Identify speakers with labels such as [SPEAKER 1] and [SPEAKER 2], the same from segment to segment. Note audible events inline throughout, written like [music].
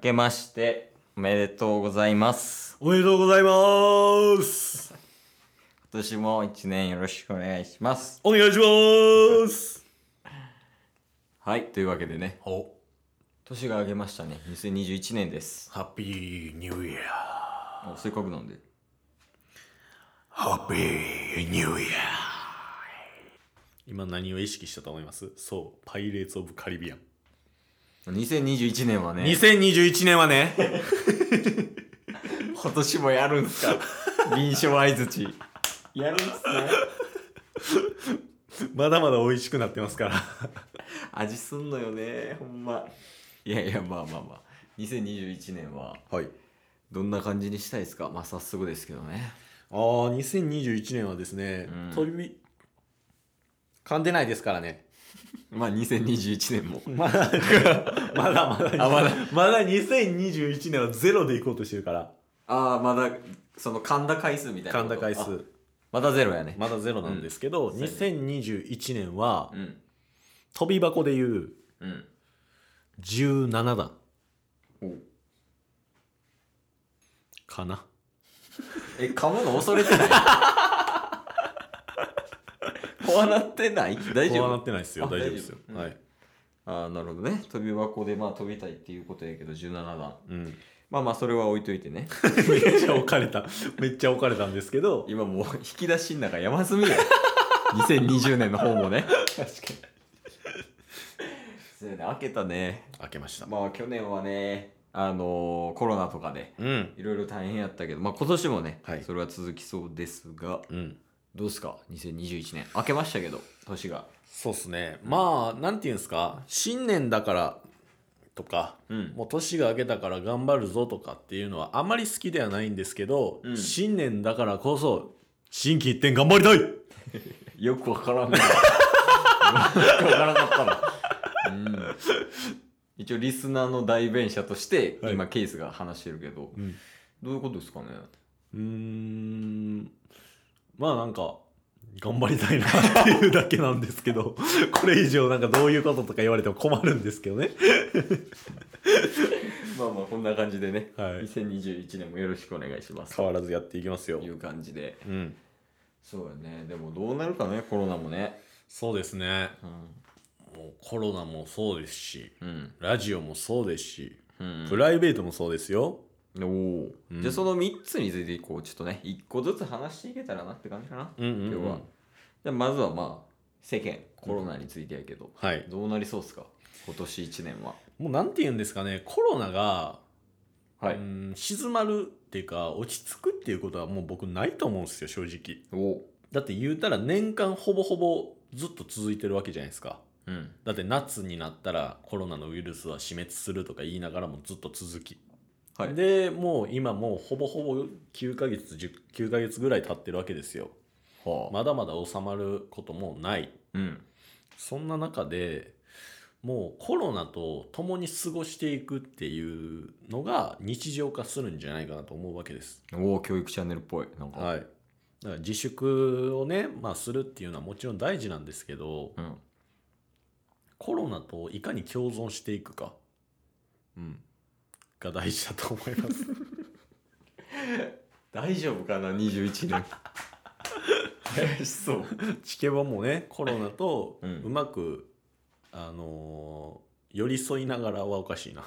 [SPEAKER 1] けましておめでとうございます
[SPEAKER 2] おめでとうございます
[SPEAKER 1] 今年も一年よろしくお願いします
[SPEAKER 2] お願いします
[SPEAKER 1] はいというわけでね
[SPEAKER 2] お
[SPEAKER 1] 年が明けましたね2021年です
[SPEAKER 2] ハッピーニューイヤー
[SPEAKER 1] あせっかくなんで
[SPEAKER 2] ハッピーニューイヤー今何を意識したと思いますそう、パイレーツ・オブ・カリビアン。
[SPEAKER 1] 2021年はね
[SPEAKER 2] 2021年はね、 [laughs]
[SPEAKER 1] 今年もやるん [laughs] すか臨床相づちやるんすね
[SPEAKER 2] まだまだ美味しくなってますから。
[SPEAKER 1] 味すんのよねほんまいやいやまあまあまあ2021年は
[SPEAKER 2] はい。
[SPEAKER 1] どんな感じにしたいですかまあ早速ですけどね
[SPEAKER 2] あー、2021年はですね、
[SPEAKER 1] うん
[SPEAKER 2] 飛び、噛んでないですからね。
[SPEAKER 1] まあ2021年も
[SPEAKER 2] まだ、まだまだ、
[SPEAKER 1] あまだ
[SPEAKER 2] [laughs] まだ2021年はゼロで行こうとしてるから。
[SPEAKER 1] ああまだその噛んだ回数みたいな
[SPEAKER 2] 噛
[SPEAKER 1] こ
[SPEAKER 2] ん
[SPEAKER 1] と
[SPEAKER 2] だ回
[SPEAKER 1] あ
[SPEAKER 2] 数。
[SPEAKER 1] まだゼロやね、
[SPEAKER 2] まだゼロなんですけど、
[SPEAKER 1] うん
[SPEAKER 2] 2021年は、
[SPEAKER 1] うん
[SPEAKER 2] 飛び箱でいう
[SPEAKER 1] うん
[SPEAKER 2] 17段
[SPEAKER 1] お
[SPEAKER 2] かな。
[SPEAKER 1] え噛むの恐れ
[SPEAKER 2] [laughs]
[SPEAKER 1] てない怖なってない大丈
[SPEAKER 2] こうな
[SPEAKER 1] 夫
[SPEAKER 2] ってないですよ。
[SPEAKER 1] あ
[SPEAKER 2] 大丈夫ですよ
[SPEAKER 1] 大。丈夫
[SPEAKER 2] はい。
[SPEAKER 1] ああなるほどね飛び箱でまあ飛びたいっていうことやけど17段
[SPEAKER 2] うん。 [laughs]
[SPEAKER 1] まあまあそれは置いといてね
[SPEAKER 2] めっちゃ置かれた。めっちゃ置かれたんですけど。
[SPEAKER 1] 今もう引き出しの中山積み
[SPEAKER 2] [laughs]
[SPEAKER 1] や2020年の方もね
[SPEAKER 2] 確かに。
[SPEAKER 1] そうやね開けたね
[SPEAKER 2] 開けました。
[SPEAKER 1] まあ去年はねあのーコロナとかで
[SPEAKER 2] うん。
[SPEAKER 1] いろいろ大変やったけどまあ今年もね、
[SPEAKER 2] はい
[SPEAKER 1] それは続きそうですが
[SPEAKER 2] うん。
[SPEAKER 1] どうすか2021年明けましたけど年が
[SPEAKER 2] そうっすね。まあ、なんていうんですか。新年だからとか、
[SPEAKER 1] うん
[SPEAKER 2] もう年が明けたから頑張るぞとかっていうのはあまり好きではないんですけど、
[SPEAKER 1] うん
[SPEAKER 2] 新年だからこそ、新規一点頑張りたい
[SPEAKER 1] よくわからんなよくわからなかったな、うん、一応リスナーの代弁者として
[SPEAKER 2] はい
[SPEAKER 1] 今ケースが話してるけど、
[SPEAKER 2] うん。
[SPEAKER 1] どういうことですかね
[SPEAKER 2] うーんまあなんか頑張りたいなっていうだけなんですけど [laughs] これ以上なんかどういうこととか言われても困るんですけどね
[SPEAKER 1] まあまあこんな感じでね、
[SPEAKER 2] はい
[SPEAKER 1] 2021年もよろしくお願いします
[SPEAKER 2] 変わらずやっていきますよ
[SPEAKER 1] という感じで
[SPEAKER 2] うん
[SPEAKER 1] そうやねでもどうなるかねコロナもね
[SPEAKER 2] そうですね
[SPEAKER 1] う
[SPEAKER 2] もうコロナもそうですし
[SPEAKER 1] ん
[SPEAKER 2] ラジオもそうですし
[SPEAKER 1] うん
[SPEAKER 2] プライベートもそうですよ、
[SPEAKER 1] おお、
[SPEAKER 2] うん
[SPEAKER 1] じゃあその3つについてこうちょっとね1個ずつ話していけたらなって感じかな
[SPEAKER 2] うんうん
[SPEAKER 1] 今日
[SPEAKER 2] うん
[SPEAKER 1] は、じゃあまずはまあ世間コロナについてやけど、
[SPEAKER 2] はい
[SPEAKER 1] どうなりそうっすか今年1年は
[SPEAKER 2] もうなんて言うんですかねコロナが、
[SPEAKER 1] は
[SPEAKER 2] う、ん静まるっていうか落ち着くっていうことはもう僕ないと思うんですよ正直
[SPEAKER 1] おお
[SPEAKER 2] だって言うたら年間ほぼほぼずっと続いてるわけじゃないですか
[SPEAKER 1] うん
[SPEAKER 2] だって夏になったらコロナのウイルスは死滅するとか言いながらもずっと続き、
[SPEAKER 1] はい
[SPEAKER 2] でもう今もうほぼほぼ9ヶ月10 9ヶ月ぐらい経ってるわけですよ
[SPEAKER 1] はあ、
[SPEAKER 2] まだまだ収まることもない
[SPEAKER 1] うん
[SPEAKER 2] そんな中でもうコロナと共に過ごしていくっていうのが日常化するんじゃないかなと思うわけです
[SPEAKER 1] おお教育チャンネルっぽいなんか、
[SPEAKER 2] はい、だから自粛をね、まあ、するっていうのはもちろん大事なんですけど
[SPEAKER 1] うん
[SPEAKER 2] コロナといかに共存していくか
[SPEAKER 1] うん
[SPEAKER 2] が大事だと思います [laughs]
[SPEAKER 1] 大丈夫かな21年怪し [laughs] そう
[SPEAKER 2] チケボもねコロナと
[SPEAKER 1] うん
[SPEAKER 2] うまく、あのー寄り添いながらはおかしいな、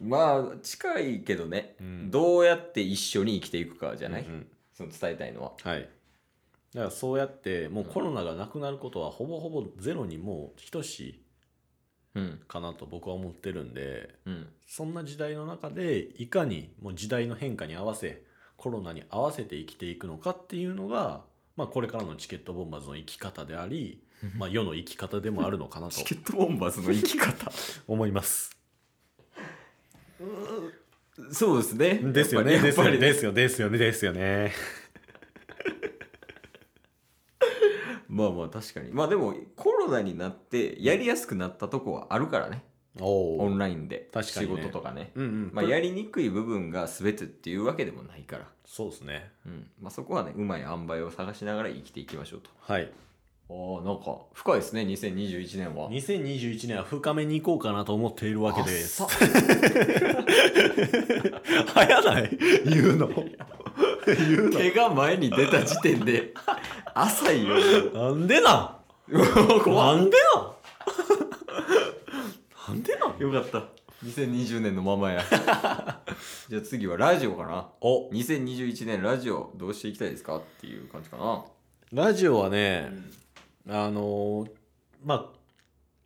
[SPEAKER 1] まあ近いけどね、
[SPEAKER 2] うん
[SPEAKER 1] どうやって一緒に生きていくかじゃない、
[SPEAKER 2] うんうん
[SPEAKER 1] その伝えたいのは
[SPEAKER 2] はいだからそうやってもうコロナがなくなることはほぼほぼゼロにもう等しい
[SPEAKER 1] うん
[SPEAKER 2] かなと僕は思ってるんで
[SPEAKER 1] うん
[SPEAKER 2] そんな時代の中でいかにもう時代の変化に合わせコロナに合わせて生きていくのかっていうのが、まあ、これからのチケットボンバーズの生き方であり、まあ、世の生き方でもあるのかなと
[SPEAKER 1] チケットボンバーズの生き方
[SPEAKER 2] 思います。
[SPEAKER 1] そうですね
[SPEAKER 2] ですよね
[SPEAKER 1] や
[SPEAKER 2] で
[SPEAKER 1] っ
[SPEAKER 2] す
[SPEAKER 1] ぱ
[SPEAKER 2] よ
[SPEAKER 1] り
[SPEAKER 2] ね
[SPEAKER 1] やっぱり
[SPEAKER 2] ですよねですよねですよね。
[SPEAKER 1] まあまあ確かにまあでもコロナになってやりやすくなったとこはあるからね
[SPEAKER 2] お
[SPEAKER 1] オ
[SPEAKER 2] お。
[SPEAKER 1] ンラインで
[SPEAKER 2] 確か
[SPEAKER 1] 仕
[SPEAKER 2] にね
[SPEAKER 1] 事とかね
[SPEAKER 2] うんうん。
[SPEAKER 1] まあ、やりにくい部分が全てっていうわけでもないから、
[SPEAKER 2] そうですね。
[SPEAKER 1] うんまあ、そこはねうまい塩梅を探しながら生きていきましょうと
[SPEAKER 2] はい。
[SPEAKER 1] ああなんか深いですね2021年は
[SPEAKER 2] 2021年は深めに行こうかなと思っているわけです。
[SPEAKER 1] 浅っ
[SPEAKER 2] 早ない言うの言う
[SPEAKER 1] 手が前に出た時点で浅いよ
[SPEAKER 2] のなんでなん
[SPEAKER 1] 怖
[SPEAKER 2] なんでなんなんでなん
[SPEAKER 1] よかった2020年のままやじゃあ次はラジオかな
[SPEAKER 2] お
[SPEAKER 1] 2021年ラジオどうしていきたいですかっていう感じかな
[SPEAKER 2] ラジオは
[SPEAKER 1] う
[SPEAKER 2] ね、
[SPEAKER 1] ん
[SPEAKER 2] あのーまあ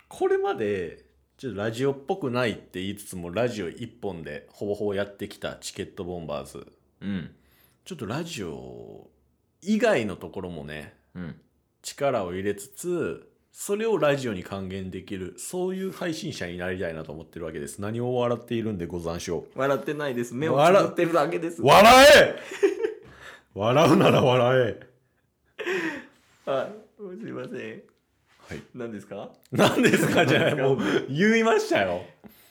[SPEAKER 2] これまでちょっとラジオっぽくないって言いつつもラジオ一本でほぼほぼやってきたチケットボンバーズ
[SPEAKER 1] うん
[SPEAKER 2] ちょっとラジオ以外のところもね
[SPEAKER 1] うん
[SPEAKER 2] 力を入れつつそれをラジオに還元できるそういう配信者になりたいなと思ってるわけです何を笑っているんでござんしょ
[SPEAKER 1] 笑ってないです目
[SPEAKER 2] を
[SPEAKER 1] を
[SPEAKER 2] つぶ
[SPEAKER 1] 笑
[SPEAKER 2] っ
[SPEAKER 1] ってるだけです
[SPEAKER 2] う笑え [laughs] 笑うなら笑え
[SPEAKER 1] はいすいません
[SPEAKER 2] はい
[SPEAKER 1] 何ですか
[SPEAKER 2] 何ですかじゃないも
[SPEAKER 1] 何
[SPEAKER 2] う
[SPEAKER 1] です
[SPEAKER 2] 言いましたよ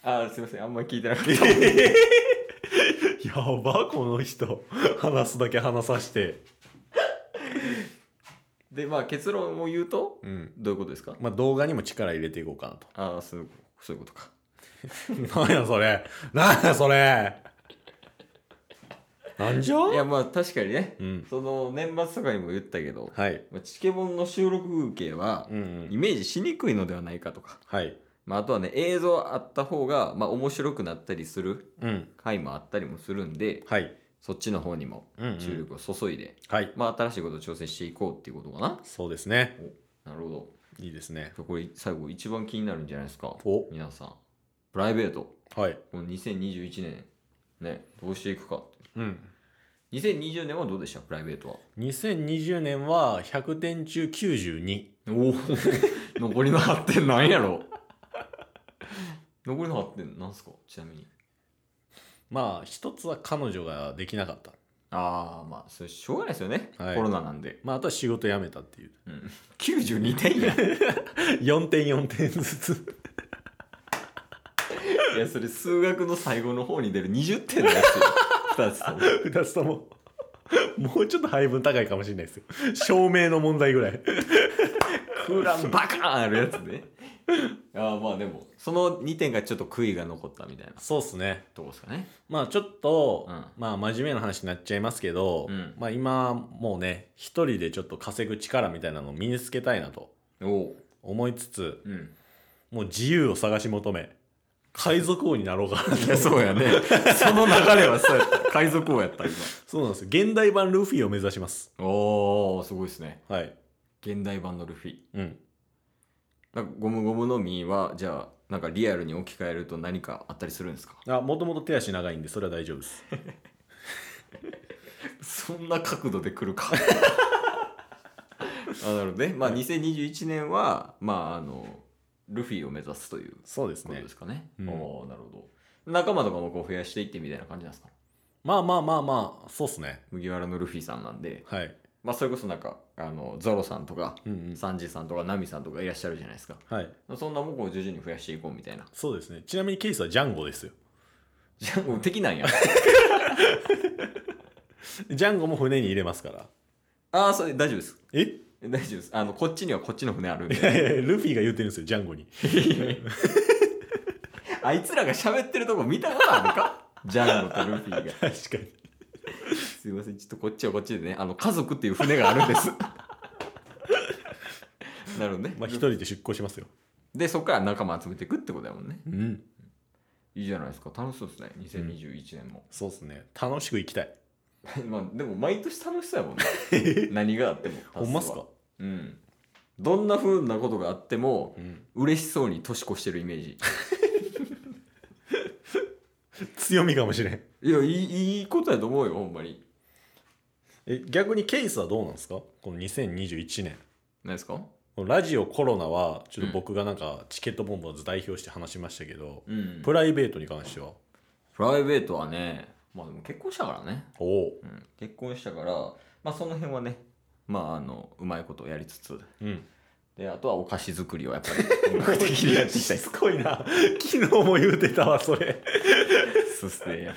[SPEAKER 1] あすいませんあんまり聞いてなくて [laughs]
[SPEAKER 2] [laughs] やばこの人話すだけ話さして
[SPEAKER 1] でまあ結論を言うと
[SPEAKER 2] うん
[SPEAKER 1] どういうことですか
[SPEAKER 2] まあ動画にも力入れていこうかなと
[SPEAKER 1] ああそうそういうことか
[SPEAKER 2] [laughs] 何やそれ何やそれなんじゃ
[SPEAKER 1] いやまあ確かにね
[SPEAKER 2] うん
[SPEAKER 1] その年末とかにも言ったけど、
[SPEAKER 2] はい
[SPEAKER 1] まあチケボンの収録風景は
[SPEAKER 2] うんうん
[SPEAKER 1] イメージしにくいのではないかとか、
[SPEAKER 2] はい
[SPEAKER 1] まあ、あとはね映像あった方がまあ面白くなったりする
[SPEAKER 2] うん
[SPEAKER 1] 回もあったりもするんで
[SPEAKER 2] はい
[SPEAKER 1] そっちの方にも
[SPEAKER 2] うん、
[SPEAKER 1] 注力を注いで、
[SPEAKER 2] はい
[SPEAKER 1] まあ、新しいことを挑戦していこうっていうことかな
[SPEAKER 2] そうですね
[SPEAKER 1] なるほど
[SPEAKER 2] いいですね
[SPEAKER 1] じゃあこれ最後一番気になるんじゃないですか
[SPEAKER 2] お
[SPEAKER 1] 皆さんプライベート
[SPEAKER 2] はい
[SPEAKER 1] この2021年ねどうしていくか
[SPEAKER 2] うん
[SPEAKER 1] 2020年はどうでしたプライベートは
[SPEAKER 2] 2020年は100点中92
[SPEAKER 1] おお [laughs] 残りの8点なんやろ残りの8点なんすかちなみに
[SPEAKER 2] まあ一つは彼女ができなかった
[SPEAKER 1] ああまあそれしょうがないですよね、
[SPEAKER 2] はい
[SPEAKER 1] コロナなんで、
[SPEAKER 2] まああとは仕事辞めたっていう [laughs]
[SPEAKER 1] うん、92点や
[SPEAKER 2] 4点4点ずつ
[SPEAKER 1] [laughs] いやそれ数学の最後の方に出る20点のや [laughs] つよ2つとも
[SPEAKER 2] 2つとももうちょっと配分高いかもしれないですよ証明の問題ぐらい
[SPEAKER 1] 空欄バカーンあるやつね [laughs] ああまあでもその2点がちょっと悔いが残ったみたいな
[SPEAKER 2] そうっすね
[SPEAKER 1] とこですかね
[SPEAKER 2] まあちょっと、
[SPEAKER 1] うん
[SPEAKER 2] まあ真面目な話になっちゃいますけど、
[SPEAKER 1] うん
[SPEAKER 2] まあ今もうね一人でちょっと稼ぐ力みたいなのを身につけたいなと
[SPEAKER 1] おお
[SPEAKER 2] 思いつつ
[SPEAKER 1] ううん
[SPEAKER 2] もう自由を探し求め海賊王になろうかなと
[SPEAKER 1] [laughs] いやそうやねその流れはそうやった海賊王やった今
[SPEAKER 2] そうなんですよ現代版ルフィを目指します
[SPEAKER 1] おおすごいですね
[SPEAKER 2] はい
[SPEAKER 1] 現代版のルフィ
[SPEAKER 2] うん
[SPEAKER 1] なんかゴムゴムの実はじゃあなんかリアルに置き換えると何かあったりするんですか
[SPEAKER 2] あもともと手足長いんでそれは大丈夫です
[SPEAKER 1] そんな角度で来るか [laughs] あなるほどねまあ2021年はまああのルフィを目指すという
[SPEAKER 2] そうです
[SPEAKER 1] こと
[SPEAKER 2] ね
[SPEAKER 1] ですかね
[SPEAKER 2] うん
[SPEAKER 1] おーなるほど仲間とかもこう増やしていってみたいな感じなんですか
[SPEAKER 2] まあまあまあまあそうっすね
[SPEAKER 1] 麦わらのルフィさんなんで
[SPEAKER 2] はい
[SPEAKER 1] まあそれこそなんかあのゾロさんとか
[SPEAKER 2] うんうん
[SPEAKER 1] サンジさんとかナミさんとかいらっしゃるじゃないですか
[SPEAKER 2] はい
[SPEAKER 1] そんなもんこう徐々に増やしていこうみたいな
[SPEAKER 2] そうですねちなみにケイスはジャンゴですよ
[SPEAKER 1] じゃあもう敵なんや
[SPEAKER 2] ジャンゴも船に入れますから
[SPEAKER 1] ああそれ大丈夫です
[SPEAKER 2] え [laughs] い
[SPEAKER 1] 大丈夫ですあのこっちにはこっちの船あるん
[SPEAKER 2] やい [laughs]
[SPEAKER 1] で
[SPEAKER 2] やルフィが言ってるんですよジャンゴに
[SPEAKER 1] あいつらが喋ってるとこ見たことあるかジャンゴとルフィが
[SPEAKER 2] 確かに
[SPEAKER 1] すいませんちょっとこっちはこっちでねあの家族っていう船があるんです [laughs] なるほどね、
[SPEAKER 2] まあ一人で出航しますよ
[SPEAKER 1] でそこから仲間集めていくってことだもんね
[SPEAKER 2] うん
[SPEAKER 1] いいじゃないですか楽しそうですね2021年も、 [laughs]
[SPEAKER 2] そうっすね楽しく生きたい
[SPEAKER 1] まあでも毎年楽しそうやもんね
[SPEAKER 2] [laughs]
[SPEAKER 1] 何があっても
[SPEAKER 2] ほんまっすか
[SPEAKER 1] うんどんなふうなことがあっても
[SPEAKER 2] うん
[SPEAKER 1] 嬉しそうに年越してるイメージ
[SPEAKER 2] 強みかもしれん
[SPEAKER 1] いやいいいいことやと思うよほんまに
[SPEAKER 2] え逆にケイスはどうなんですかこの2021年
[SPEAKER 1] ないですか
[SPEAKER 2] このラジオコロナはちょっと僕がなんかチケットボンバーズ代表して話しましたけど、
[SPEAKER 1] うん
[SPEAKER 2] プライベートに関しては
[SPEAKER 1] プライベートはねまあでも結婚したからね、
[SPEAKER 2] おお
[SPEAKER 1] うん、結婚したからまあその辺はねまああのうまいことやりつつ
[SPEAKER 2] うん
[SPEAKER 1] であとはお菓子作りをやっぱり本格的 [laughs] にやっていきたい
[SPEAKER 2] [laughs] しつこいな昨日も言うてたわそれ
[SPEAKER 1] そうですね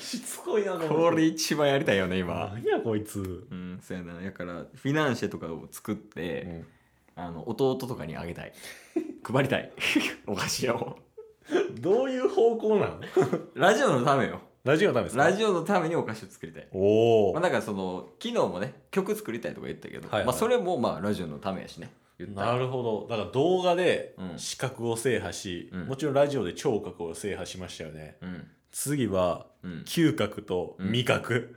[SPEAKER 2] しつこいな
[SPEAKER 1] これ一番やりたいよね今
[SPEAKER 2] 何やこいつ、
[SPEAKER 1] うんそうやなだからフィナンシェとかを作って、あの弟とかにあげたい配りたい [laughs] お菓子を
[SPEAKER 2] どういう方向なの
[SPEAKER 1] ラジオのためよ
[SPEAKER 2] ラジオのためですか
[SPEAKER 1] ラジオのためにお菓子を作りたい。
[SPEAKER 2] おお、
[SPEAKER 1] まあ、だからその昨日もね曲作りたいとか言ったけど、
[SPEAKER 2] はいはい
[SPEAKER 1] まあ、それもまあラジオのためやしね言ったら
[SPEAKER 2] なるほどだから動画で
[SPEAKER 1] うん
[SPEAKER 2] 視覚を制覇し、
[SPEAKER 1] うん
[SPEAKER 2] もちろんラジオで聴覚を制覇しましたよね
[SPEAKER 1] うん
[SPEAKER 2] 次は
[SPEAKER 1] うん、
[SPEAKER 2] 嗅覚と
[SPEAKER 1] [laughs]
[SPEAKER 2] 味覚、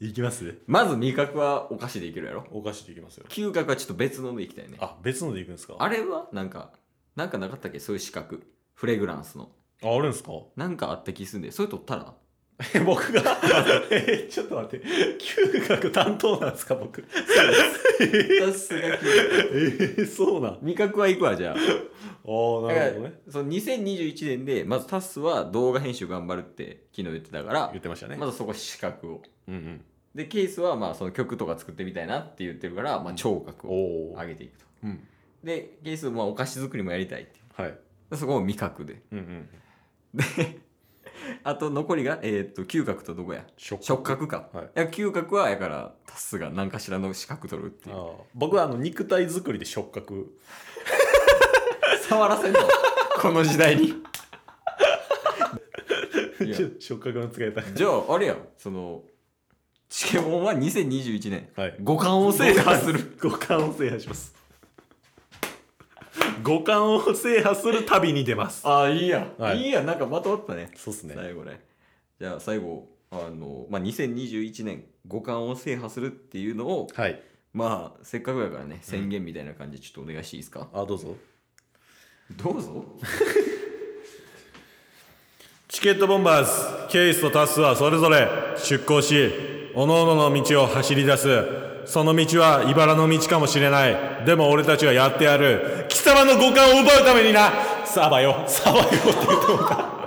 [SPEAKER 2] いきます
[SPEAKER 1] まず味覚はお菓子でいけるやろ
[SPEAKER 2] お菓子でいきますよ
[SPEAKER 1] 嗅覚はちょっと別のでいきたいねあ
[SPEAKER 2] あ別のでいくんですか
[SPEAKER 1] れはなんかなんかなかったっけそういう資格フレグランスの
[SPEAKER 2] ああるんですか
[SPEAKER 1] なんかあった気すんでそれ取ったら
[SPEAKER 2] え僕が [laughs] えちょっと待って嗅覚担当なんですか僕
[SPEAKER 1] さすが嗅
[SPEAKER 2] [laughs] えー、そうなんああな
[SPEAKER 1] 覚味
[SPEAKER 2] る
[SPEAKER 1] 覚はいくわじゃあ
[SPEAKER 2] ほど
[SPEAKER 1] だから
[SPEAKER 2] ね
[SPEAKER 1] その2021年でまずタスは動画編集頑張るって昨日言ってたから
[SPEAKER 2] 言ってましたね、
[SPEAKER 1] まずそこ資格を
[SPEAKER 2] うんうん
[SPEAKER 1] でケースはまあその曲とか作ってみたいなって言ってるから、まあ、聴覚を
[SPEAKER 2] おお、
[SPEAKER 1] 上げていくと
[SPEAKER 2] うん、
[SPEAKER 1] でケースまあお菓子作りもやりたいって
[SPEAKER 2] はい
[SPEAKER 1] でそこも味覚で
[SPEAKER 2] うんうん
[SPEAKER 1] あと残りが、えーっと嗅覚とどこや
[SPEAKER 2] 触
[SPEAKER 1] 触覚か、
[SPEAKER 2] はい
[SPEAKER 1] や嗅覚はやからタスが何かしらの資格取るっていう
[SPEAKER 2] ああ僕はあの肉体作りで触覚
[SPEAKER 1] 触らせんの [laughs] この時代にいや
[SPEAKER 2] ちょ [laughs] 触覚の使い方
[SPEAKER 1] じゃああれやそのチケモンは2021年
[SPEAKER 2] はい
[SPEAKER 1] 五感を制覇する
[SPEAKER 2] 五感を制覇します五感を制覇する旅に出ます
[SPEAKER 1] ああいいや、
[SPEAKER 2] はい
[SPEAKER 1] い、いやなんかまとまったね
[SPEAKER 2] そうっすね
[SPEAKER 1] 最後ねじゃあ最後あの、まあ、2021年五感を制覇するっていうのを
[SPEAKER 2] はい
[SPEAKER 1] まあせっかくやからね宣言みたいな感じでちょっとお願いしていいですか、
[SPEAKER 2] あどうぞ
[SPEAKER 1] どうぞ
[SPEAKER 2] チケットボンバーズケイスとタスはそれぞれ出航し各々の道を走り出すその道は茨の道かもしれないでも俺たちはやってやる貴様の五感を奪うためになサバよサバよって言ってもうた